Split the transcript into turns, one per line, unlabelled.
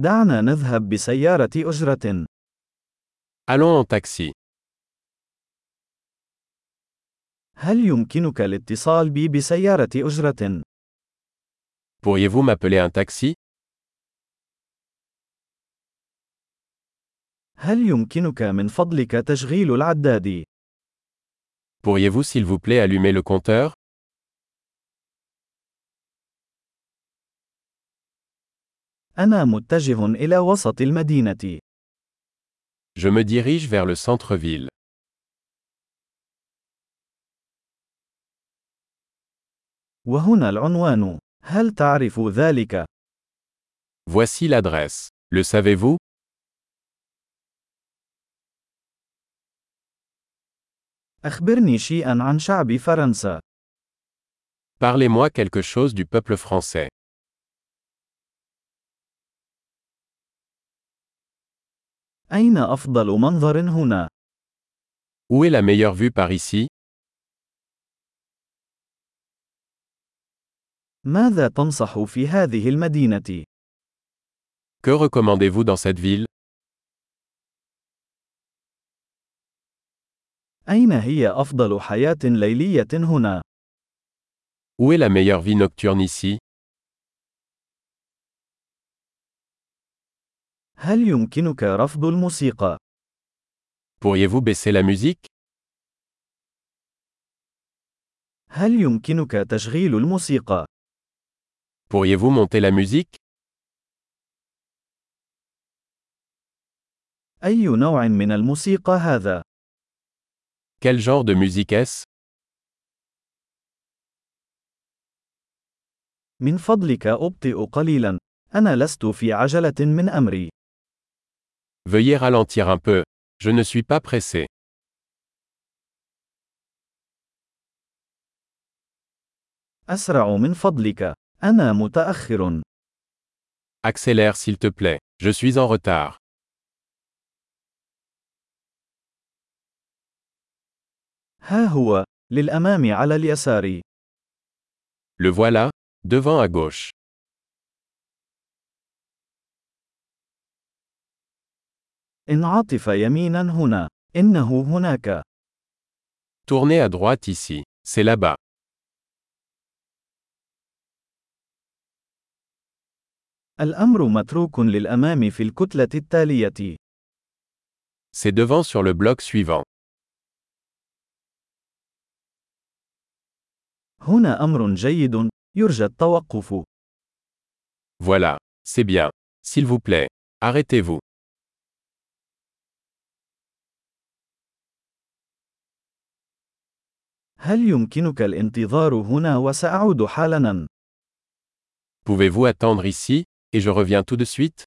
دعنا نذهب بسيارة أجرة.
Allons en taxi.
هل يمكنك الاتصال بي بسيارة أجرة؟
Pourriez-vous m'appeler un taxi
هل يمكنك من فضلك تشغيل العداد؟
Pourriez-vous s'il vous plaît allumer le compteur
أنا متجه إلى وسط المدينة.
Je me dirige vers le centre-ville.
وهنا العنوان. هل تعرف ذلك؟
Voici l'adresse. Le savez-vous
أخبرني شيئًا عن شعب فرنسا.
Parlez-moi quelque chose du peuple français.
أين أفضل منظر هنا؟
Où est la meilleure vue par ici
ماذا تنصح في هذه المدينة؟
Que recommandez-vous dans cette ville
أين هي أفضل حياة ليلية هنا؟
Où est la meilleure vie nocturne ici
هل يمكنك رفض الموسيقى؟
Pourriez-vous baisser la musique
هل يمكنك تشغيل الموسيقى؟
Pourriez-vous monter la musique
أي نوع من الموسيقى هذا؟
Quel genre de musique est-ce
من فضلك أبطئ قليلا. أنا لست في عجلة من أمري.
Veuillez ralentir un peu. Je ne suis pas pressé.
أسرع من فضلك. أنا متأخر.
Accélère s'il te plaît. Je suis en retard.
ها هو. للأمام على اليسار.
Le voilà, devant à gauche.
انعطف يمينا هنا. إنه هناك.
Tournez à droite ici. C'est là-bas.
الأمر متروك للأمام في الكتلة التالية.
C'est devant sur le bloc suivant.
هنا أمر جيد. يرجى التوقف.
Voilà. C'est bien. S'il vous plaît. Arrêtez-vous.
هل يمكنك الانتظار هنا وسأعود حالاً؟
Pouvez-vous attendre ici, et je reviens tout de suite